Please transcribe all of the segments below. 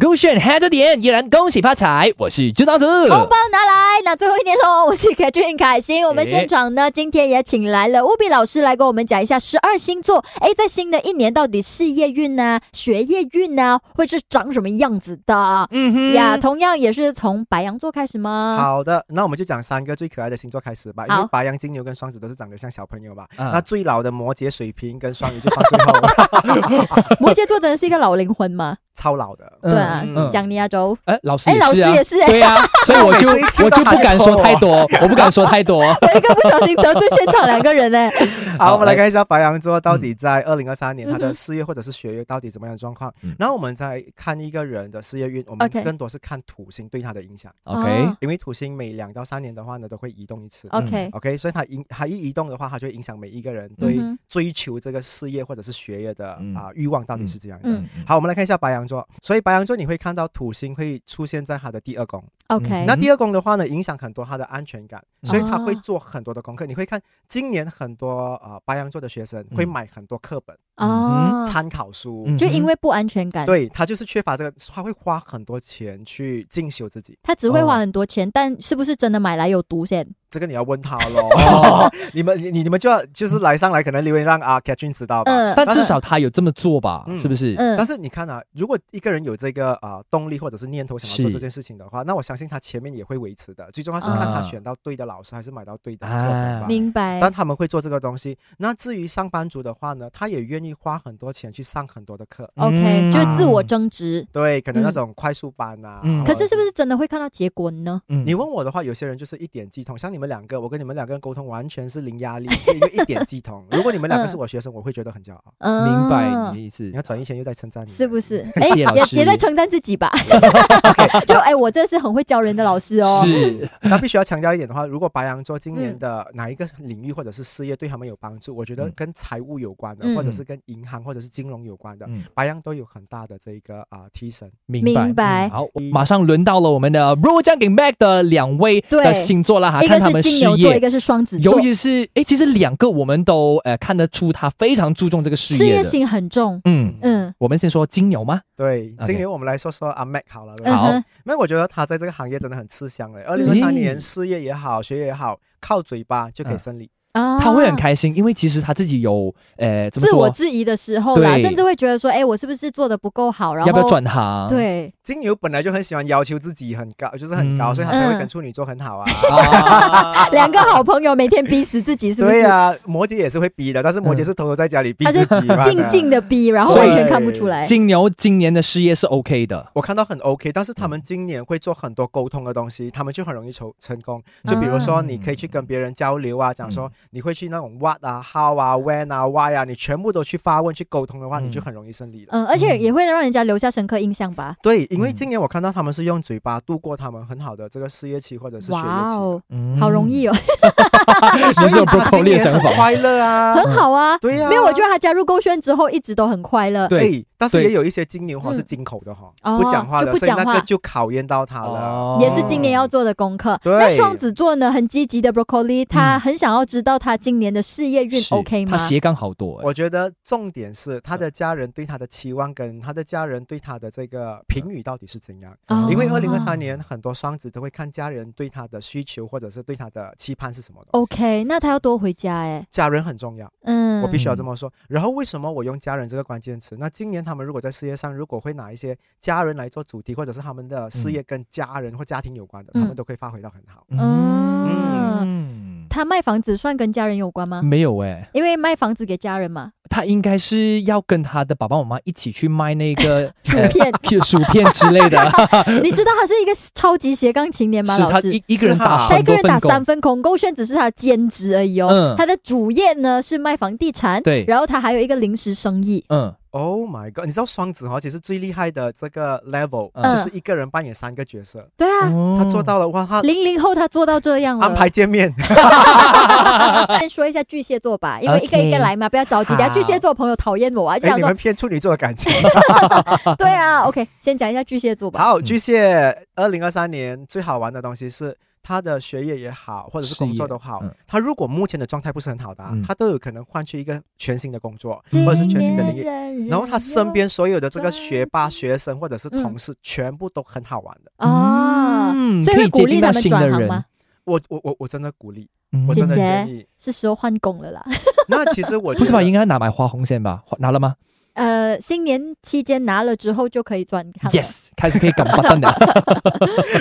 勾选嗨着点，依然恭喜发财。我是朱长子，红包拿来！那最后一年喽， 我是 Katrin 凯欣。我们现场呢，今天也请来了乌比老师来跟我们讲一下十二星座。哎，在新的一年到底事业运呢、学业运呢，会是长什么样子的？嗯哼呀，同样也是从白羊座开始吗？好的，那我们就讲三个最可爱的星座开始吧，因嗯好为白羊、金牛跟双子都是长得像小朋友吧。嗯那最老的摩羯、水瓶跟双 鱼就放最后了，摩羯座的人是一个老灵魂嘛？超老的。嗯对啊嗯，讲你啊，周。哎，老师哎，老师啊也是哎， 对呀、所以我 就每次一听我到就不敢说太多，我不敢说太多。 我一个不小心得罪现场两个人哎。 好，我们来来嗯看一下白羊座到底在二零二三年嗯他的哼事业或者是学业到底怎么样的状况。嗯然后我们再看一个人的事业运，我们 OK 更多是看土星对他的影响， OK，因为土星每两到三年的话呢都会移动一次。哦嗯 OK， OK，所以它影它一移动的话，它就会影响每一个人对嗯哼追求这个事业或者是学业的啊、嗯欲望到底是怎样的。嗯好，我们来看一下白羊座。所以白羊座你会看到土星会出现在他的第二宫，嗯，OK，那第二宫的话呢，影响很多他的安全感，所以他会哦做很多的功课。你会看今年很多呃白羊座的学生会买很多课本、哦，参考书，嗯就因为不安全感，对他就是缺乏这个，他会花很多钱去进修自己。他只会哦花很多钱，但是不是真的买来有毒先？这个你要问他 哦 咯，你们你你们就要就是来上来可能留言让啊 Catherine 知道吧。嗯但至少他有这么做吧，嗯是不是？嗯但，是你看啊，如果一个人有这个啊、呃动力或者是念头想要做是这件事情的话，那我相信他前面也会维持的。最重要是看啊他选到对的老师，还是买到对的课啊本吧。明白。但他们会做这个东西。那至于上班族的话呢，他也愿意花很多钱去上很多的课， OK，嗯就自我增值。对，可能嗯那种快速班啊。嗯或可者是是不是真的会看到结果呢？嗯你问我的话，有些人就是一点即通，像你们两个，我跟你们两个人沟通完全是零压力，是一个一点即通。如果你们两个是我学生，我会觉得很骄傲。嗯，明白你的意思你要转一圈又在称赞你，是不是？哎，谢谢老师也也在称赞 自己吧。就哎，我这是很会教人的老师哦。是 那必须要强调一点的话，如果白羊座今年嗯的哪一个领域或者是事业对他们有帮助，我觉得嗯跟财务有关的，嗯或者是跟银行或者是金融有关的，嗯白羊都有很大的这一个啊、提升。明白明白嗯好，马上轮到了我们的 Bro 将给 Mac 的两位对的星座啦哈，一啊看个他们是事金牛座，一业，个是双子座尤，其是哎，其实两个我们都呃看得出他非常注重这个事事业业的。心很重。嗯，嗯，我们先说金牛吗？对， OK 今年我们来说说阿 Mac 好了，对吧嗯好哼，那我觉得他在这个行业真的很吃香欸了。二零二嗯三年事业也好，学业也好，靠嘴巴就可以胜利。啊他会很开心，因为其实他自己有呃怎么自我说，质疑的时候啦，对甚至会觉得说，哎，我是不是做的不够好？然后要不要转行？对， 金牛本来就很喜欢要求自己很高，就是很高，嗯所以他才会嗯跟处女座很好啊。啊，两个好朋友每天逼死自己，是不对是？呀、摩羯也是会逼的，但是嗯摩羯是偷偷在家里逼他自是己嘛。啊静静的逼，然后所以完全看不出 来。金牛今年的事业是 OK 的，我看到很 OK，但是他嗯们今年会做很多沟通的东西，他们就很容易成成功。嗯就比如说，你可以去跟别人交流啊，讲说你会去那种 what 啊、how 啊、when 啊、why 啊，你全部都去发问去沟通的话，嗯你就很容易胜利了。嗯，而且也会让人家留下深刻印象吧。对，因为嗯今年我看到他们是用嘴巴度过他们很好的这个事业期或者是学业哇期的，哦，好容易哦，嗯 你 是有 broccoli 的想很法，快乐啊，很好啊。对呀、没有，我觉得他加入勾选之后一直都很快乐。对，哎但是对也有一些金牛哈嗯是金口的哈，哦不讲话就的，不所以讲那话个就考验到他了。哦也是今年要做的功课。对那双子座呢，很积极的 Broccoli，他很想要知道他今年的事业运嗯是 OK 吗他？斜杠好多，哎我觉得重点是他的家人对他的期望跟他的家人对他的这个评语到底是怎样？哦因为二零二三年很多双子都会看家人对他的需求或者是对他的期盼是什么东西。 OK，那他要多回家哎。家人很重要，嗯，我必须要这么说。然后为什么我用家人这个关键词？那今年他们如果在事业上，如果会拿一些家人来做主题，或者是他们的事业跟家人或家庭有关的，嗯他们都可以发挥到很好。嗯，他卖房子算跟家人有关吗？没有哎，因为卖房子给家人嘛，他应该是要跟他的爸爸妈妈一起去卖那 个薯片。片 薯片之类 的，你知道他是一个超级斜杠青年吗？是老他师一，一个人打他一很个多人打份三工，分空，勾炫只是他的兼职而已哦。嗯他的主业呢是卖房地产，对然后他还有一个临时生意。嗯 Oh my god！你知道双子哦哈，其实最厉害的这个 level、嗯就是一个人扮演三个角色，对啊，哦他做到了哇，他零零后他做到这样了。安排见面。先说一下巨蟹座吧，因为 OK 一个一个来嘛，不要着急。等下好巨蟹座朋友讨厌我啊，就哎、想你说们骗处女座的感情。对啊，OK，先讲一下巨蟹座吧。好，巨蟹，二零二三年最好玩的东西是他的学业也好，或者是事业工作都好，嗯他如果目前的状态不是很好的、啊，嗯他都有可能换去一个全新的工作，嗯或者是全新的领域。域然后他身边所有的这个学霸、专注学生或者是嗯同事，全部都很好玩的。啊，嗯所以可会以鼓接励近他到们新的转行人吗？？我我我我真的鼓励，嗯我姐真的姐建议。是时候换工了啦。 那其实我不是吧？觉得应该拿买花红线吧？花拿了吗呃，新年期间拿了之后就可以转行了。 ？Yes，开始可以敢 拔灯了。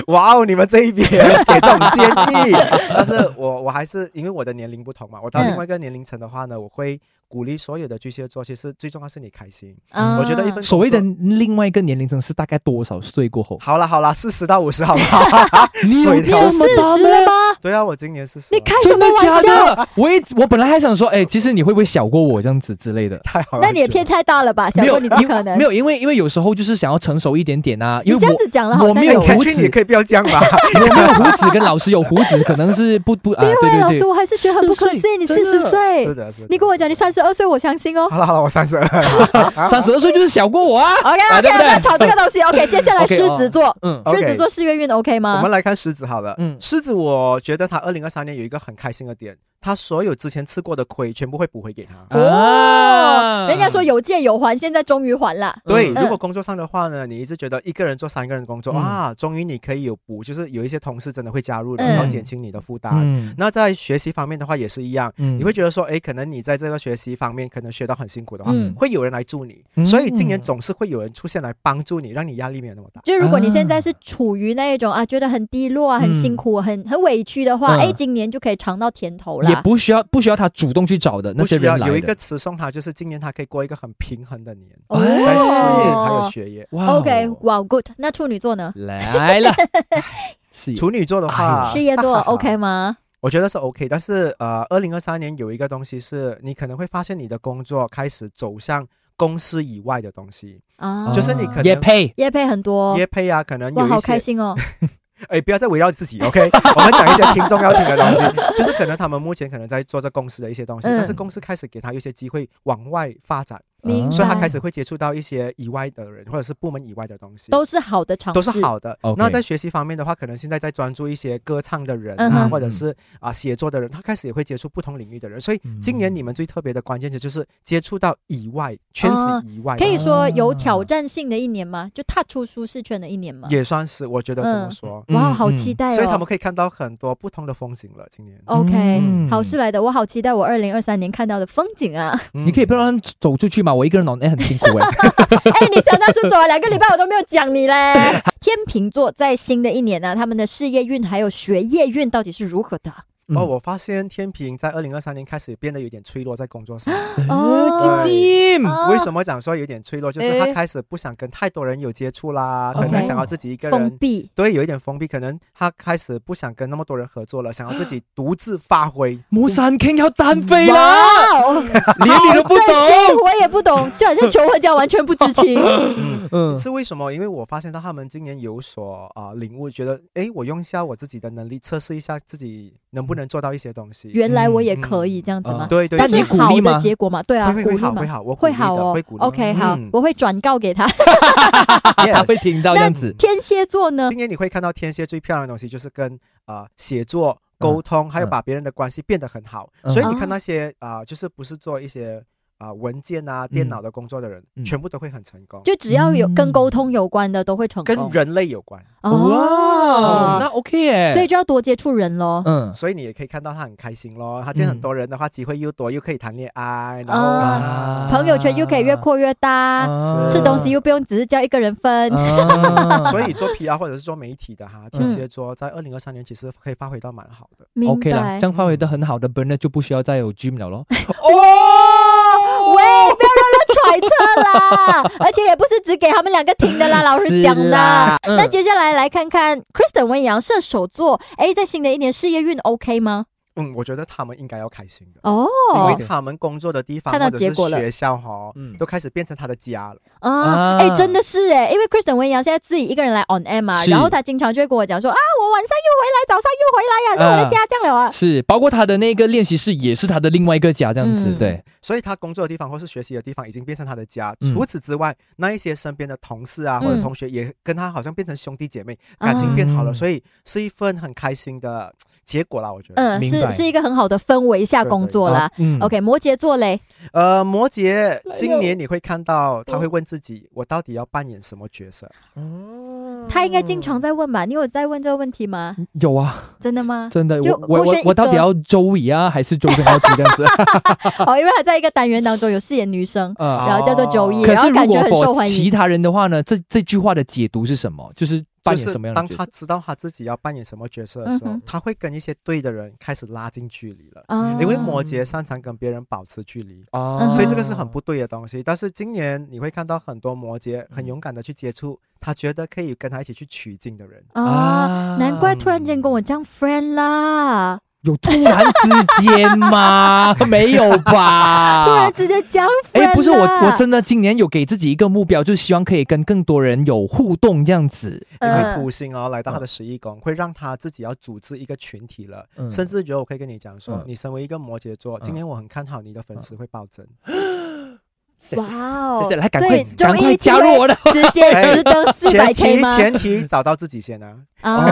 哇哦，你们这一边给这种建议， 但是我我还是因为我的年龄不同嘛，我到嗯另外一个年龄层的话呢，我会鼓励所有的巨蟹座，其实最重要是你开心。啊，我觉得一份所谓的另外一个年龄层是大概多少岁过 后？好啦好啦，四十到五十好不 好？你有水你条有这么四大十了吗？吗？对啊，我今年四十，你开什真的么玩假笑？的？我一直我本来还想说，哎，其实你会不会小过我这样子之类的？太好了，那你也骗太大了吧？小没有，过你不因可能没。有，因为因为有时候就是想要成熟一点点啊，因你这为样我。子讲了，好我像没有有。胡凯子君，你可以不要这样 吧？我没有胡子，跟老师有胡子可能是不不啊，没有对哎，老对师，对，我还是觉得很不可思议。你四真的十岁是，的，是的。你跟我讲你三十二岁，我相信哦。好了好了，我 三十二。三十二岁就是小过我啊。 OK 啊 OK，对不不对要吵这个东西。OK，接下来 OK，狮子座，嗯，哦 OK 狮子座是月运 OK 我吗们？来看狮子好了，嗯狮子，我觉得他二零二三年有一个很开心的点，他所有之前吃过的亏全部会补回给他。啊哦人家说有借有还，现在终于还了。对，嗯如果工作上的话呢，你一直觉得一个人做三个人工作、嗯啊，终于你可以有补，就是有一些同事真的会加入的，嗯然后减轻你的负担。嗯那在学习方面的话也是一样，嗯你会觉得说，哎，可能你在这个学习方面可能学到很辛苦的话，嗯会有人来助你，嗯所以今年总是会有人出现来帮助你，让你压力没有那么嗯大。就是如果你现啊在是处于那一种啊，觉得很低嗯落啊、很辛苦、很很委屈的话，嗯哎，今年就可以尝到甜头也啦。不需要不需要他主动去找的那不些需人要来有一的个词送他，就是今年他可以过一个很平衡的年，哦哎在事业还有学业。哇哦 OK，哇，good。那处女座呢？来 了，是处女座的哎话，事业座哈哈哈 OK 吗？我觉得是 OK，但是呃，二零二三年有一个东西是你可能会发现你的工作开始走向公司以外的东西，啊，就是你可能也配业配很多，业配啊，可能有哦哇，一好些开，心 哦。哎，不要再围绕自己，OK，我 们讲一些听众要听的东西，就是可能他们目前可能在做着公司的一些东西，嗯但是公司开始给他一些机会往外发展，明白所以他开始会接触到一些以外的人或者是部门以外的东西，都是好的尝试，都是好的。 OK 那在学习方面的话，可能现在在专注一些歌唱的人嗯啊，哼或者是啊写作的人，他开始也会接触不同领域的人。所以今年嗯你们最特别的关键词就是接触到以外圈子以外的哦可以人，说有挑战性的一年吗？就踏出舒适圈的一年吗？也算是我觉得这么说。哇，嗯好期待哦！所以他们可以看到很多不同的风景了。今年， OK，、嗯好事来的，我好期待我二零二三年看到的风景啊！ 嗯你可以不要让他走出去嘛，我一个人脑袋很辛苦哎。哎、你想当初走了两个礼拜，我都没有讲你嘞。天秤座在新的一年呢、他们的事业运还有学业运到底是如何的？嗯哦，我发现天平在二零二三年开始变得有点脆弱，在工 作上。哦哎金金啊为什么讲说有点脆弱？就是哎他开始不想跟太多人有接触啦，可能 OK 想要自己一个人封闭？对，有一点封闭，可能他开始不想跟那么多人合作了，想要自己独自发 挥。魔山 King 要单飞啦，哇哦，连你哎都不这一懂。我也不懂，就好像求婚这样完全不知情。嗯，嗯，是为什么？因为我发现到他们今年有所啊、领悟，觉得诶，我用一下我自己的能力，测试一下自己能不能做到一些东西。原来我也可以这样子吗？嗯哦对对，嗯但那是你鼓好励的吗结果嘛，对啊，会会鼓会励好嘛会，好，我鼓会励好的哦会鼓励。 OK，好嗯，我会转告给他。 他 yes 会听到这样子。天蝎座呢？今年你会看到天蝎最漂亮的东西就是跟啊写作、沟通，还有嗯把别人的关系变得很好。嗯所以你哦看那些啊、就是不是做一些啊、文件嗯啊、电脑的工作的人，嗯全部都会很成功，就只要有嗯跟沟通有关的都会成功。跟人类有关。哦，那哦， OK 哎。所以就要多接触人咯。嗯，所以你也可以看到他很开心咯。他见很嗯多人的话，机会又多，又可以谈恋爱，然后啊啊朋友圈又可以越扩越嗯大，啊吃东西又不用只是叫一个人分。 啊所以做 PR 或者是做媒体的嗯哈，天蝎座在二零二三年其实可以发挥到蛮好的。明 OK 啦，白这。样发挥的很好的 Burner 就不需要再有 Gym 了咯。哦喂，不要让他揣测啦， 而且也不是只给他们两个听的啦，老师讲是的啦。嗯那接下来来看看 Kristen 温阳射手座，哎，在新的一年事业运 OK 吗？嗯，我觉得他们应该要开心的，哦，因为 OK 他们工作的地方看到或者结是果了学校哈，嗯都开始变成他的家了。啊，啊哎、真的是哎，因为 Kristen 文瑶现在自己一个人来 on air 嘛，是然后她经常就会跟我讲说啊，我晚上又回来，早上又回来呀、是我的啊家这样了啊。是，包括他的那个练习室也是他的另外一个家，这样子，嗯对，所以他工作的地方或是学习的地方已经变成他的家。嗯除此之外，那一些身边的同事啊嗯或者同学也跟他好像变成兄弟姐妹，感啊情变好了，嗯所以是一份很开心的结果啦。我觉得，嗯，明是白是一个很好的氛围下对工对作啦啊。嗯 OK，摩羯座嘞，呃，摩羯了今年你会看到嗯他会问自己，我到底要扮演什么角色？哦他应该经常在问吧？你有在问这个问题吗？有啊，真 的吗？真的，就我我勾选我一我到底个要周乙啊，还是周正浩这样 子？ 哦，因为他在一个单元当中有饰演女生，啊，然后叫做九一，哦可然是后如感觉果很受否欢其迎。他人的话呢，这这句话的解读是什么？就是扮演就是什么样的当角他色？知道他自己要扮演什么角色的时候，嗯哼他会跟一些对的人开始拉近距离了。啊因为摩羯擅长跟别人保持距离，哦啊所以这个是很不对的东西。但是今年你会看到很多摩羯嗯很勇敢的去接触他觉得可以跟他一起去取经的人。啊，啊难怪突然间跟我这样 friend 啦，有突然之间 吗？没有吧？突然之间啊讲 friend 啊哎，不是我，啦我真的今年有给自己一个目标，就是希望可以跟更多人有互动这样子。因为嗯土星哦来到他的十一宫，会让他自己要组织一个群体了。嗯甚至觉得我可以跟你讲说嗯，你身为一个摩羯座，今嗯年我很看好你的粉丝会暴增。谢哇谢，哦，谢谢，来赶所快以赶周一快加入我的直接直登四百哎前 K 提吗？前提找到自己 先啊，啊。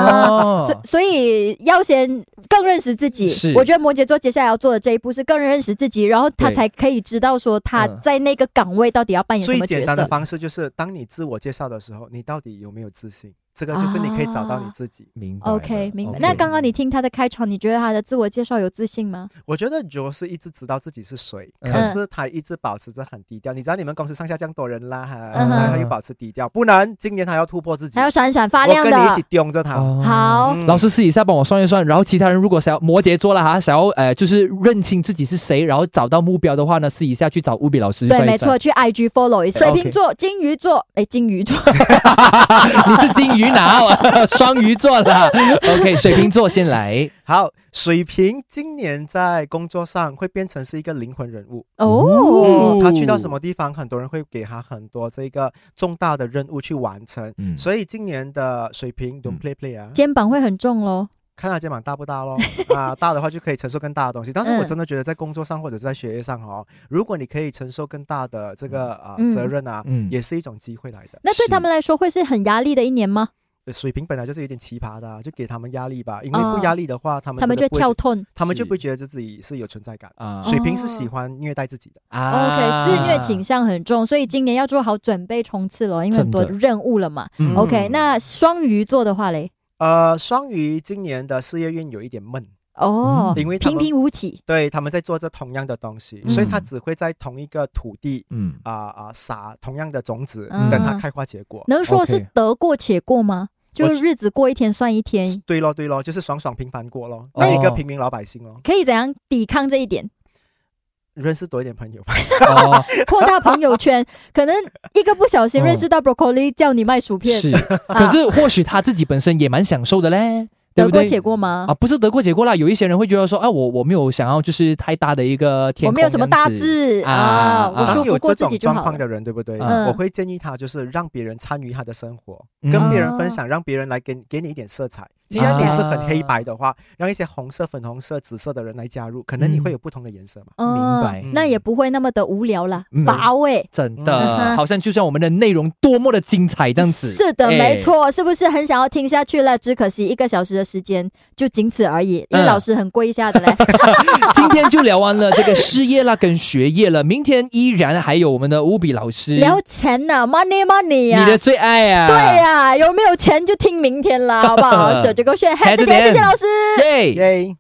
所哦所以要先更认识自己，是我觉得摩羯座接下来要做的这一步是更认识自己，然后他对才可以知道说他嗯在那个岗位到底要扮哎演什最么角简单的色。方式就是，当你自我介绍的时候，你到底有没有自信？这啊个就是你可以找到你自己。明白了 OK，明白。那刚刚你听他的开场，你觉得他的自我介绍有自信吗？我觉得 Joe 是一直知道自己是谁，嗯可是他一直保持着很低调。你知道你们公司上下这样多人啦，哈，嗯哼然后他又保持低调，不能今年他要突破自己还，要闪闪发我亮跟你一起的。盯着他。哦好，嗯老师私底下帮我算一算，然后其他人如果想要摩羯座了哈，想要呃就是认清自己是谁，然后找到目标的话呢，私底下去找乌比老师对，算没一错，嗯算。去 IG follow 一下。水 OK 瓶座、金鱼座，哎，金鱼座，你是金鱼男， 双鱼座啦。OK，水瓶座先来。好，水瓶今年在工作上会变成是一个灵魂人物。哦，哦他去到什么地方，很多人会给他很多这个重大的任务去完成。嗯所以今年的水平 don't play play 啊，肩膀会很重喽。看他肩膀大不大 咯啊，大的话就可以承受更大的东西。但是我真的觉得在工作上或者在学业上哦，如果你可以承受更大的这个啊、嗯责任啊，嗯嗯也是一种机会来的。那对是他们来说会是很压力的一年吗？水平本来就是有点奇葩的啊、就给他们压力吧，因为哦不压力的话，他们他们就会真的不会跳，痛。他们就不会觉得自己是有存在感。啊水哦平是喜欢虐待自己的。啊 OK，自虐倾向很重，所以今年要做好准备冲刺了，因为很多真的任务了嘛。嗯 OK，那双鱼座的话嘞，呃，双鱼今年的事业运有一点闷，嗯哦，因为他平们平无奇，对，他们在做着同样的东西，嗯所以他只会在同一个土地 嗯啊啊、撒同样的种子，嗯等它开花结果。能说是 OK 得过且过吗？就是日子过一天算一天，对咯，对咯，就是爽爽平凡过咯，那当一个哦平民老百姓咯，可以怎样抵抗这一点？认识多一点朋友吧。哎哦扩大朋友 圈，可能一个不小心嗯认识到 broccoli 叫你卖薯片，是，啊可是或许他自己本身也蛮享受的嘞，对得不过对？且过吗啊，？不是得过且过啦，有一些人会觉得说啊，我我没有想要就是太大的一个天我空这没有样什子，么大志啊啊，啊我当舒服有这过自种己就状好况了。的人，对不对？嗯我会建议他就是让别人参与他的生活，嗯，跟别人哦分享，让别人来给你给你一点色彩。既然你是很黑白的话，让一些红色、粉红色、紫色的人来加入，可能你嗯会有不同的颜色嘛。哦明白那也不会那么的无聊啦，嗯乏味。真嗯的，好像就像我们的内容多么的精彩这样子。是 的，哎没。错，是不是很想要听下去了？只可惜一个小时的时间就仅此而已，因为嗯老师很跪下 的嘞。今天就聊完了这个失业啦跟学业了，明天依然还有我们的乌比老师，聊钱呐、m o n e y money 呀、你的最爱啊呀、对 呀、有没有钱就听明天啦，好不好？手机勾选，嘿，这点谢谢老师。耶耶。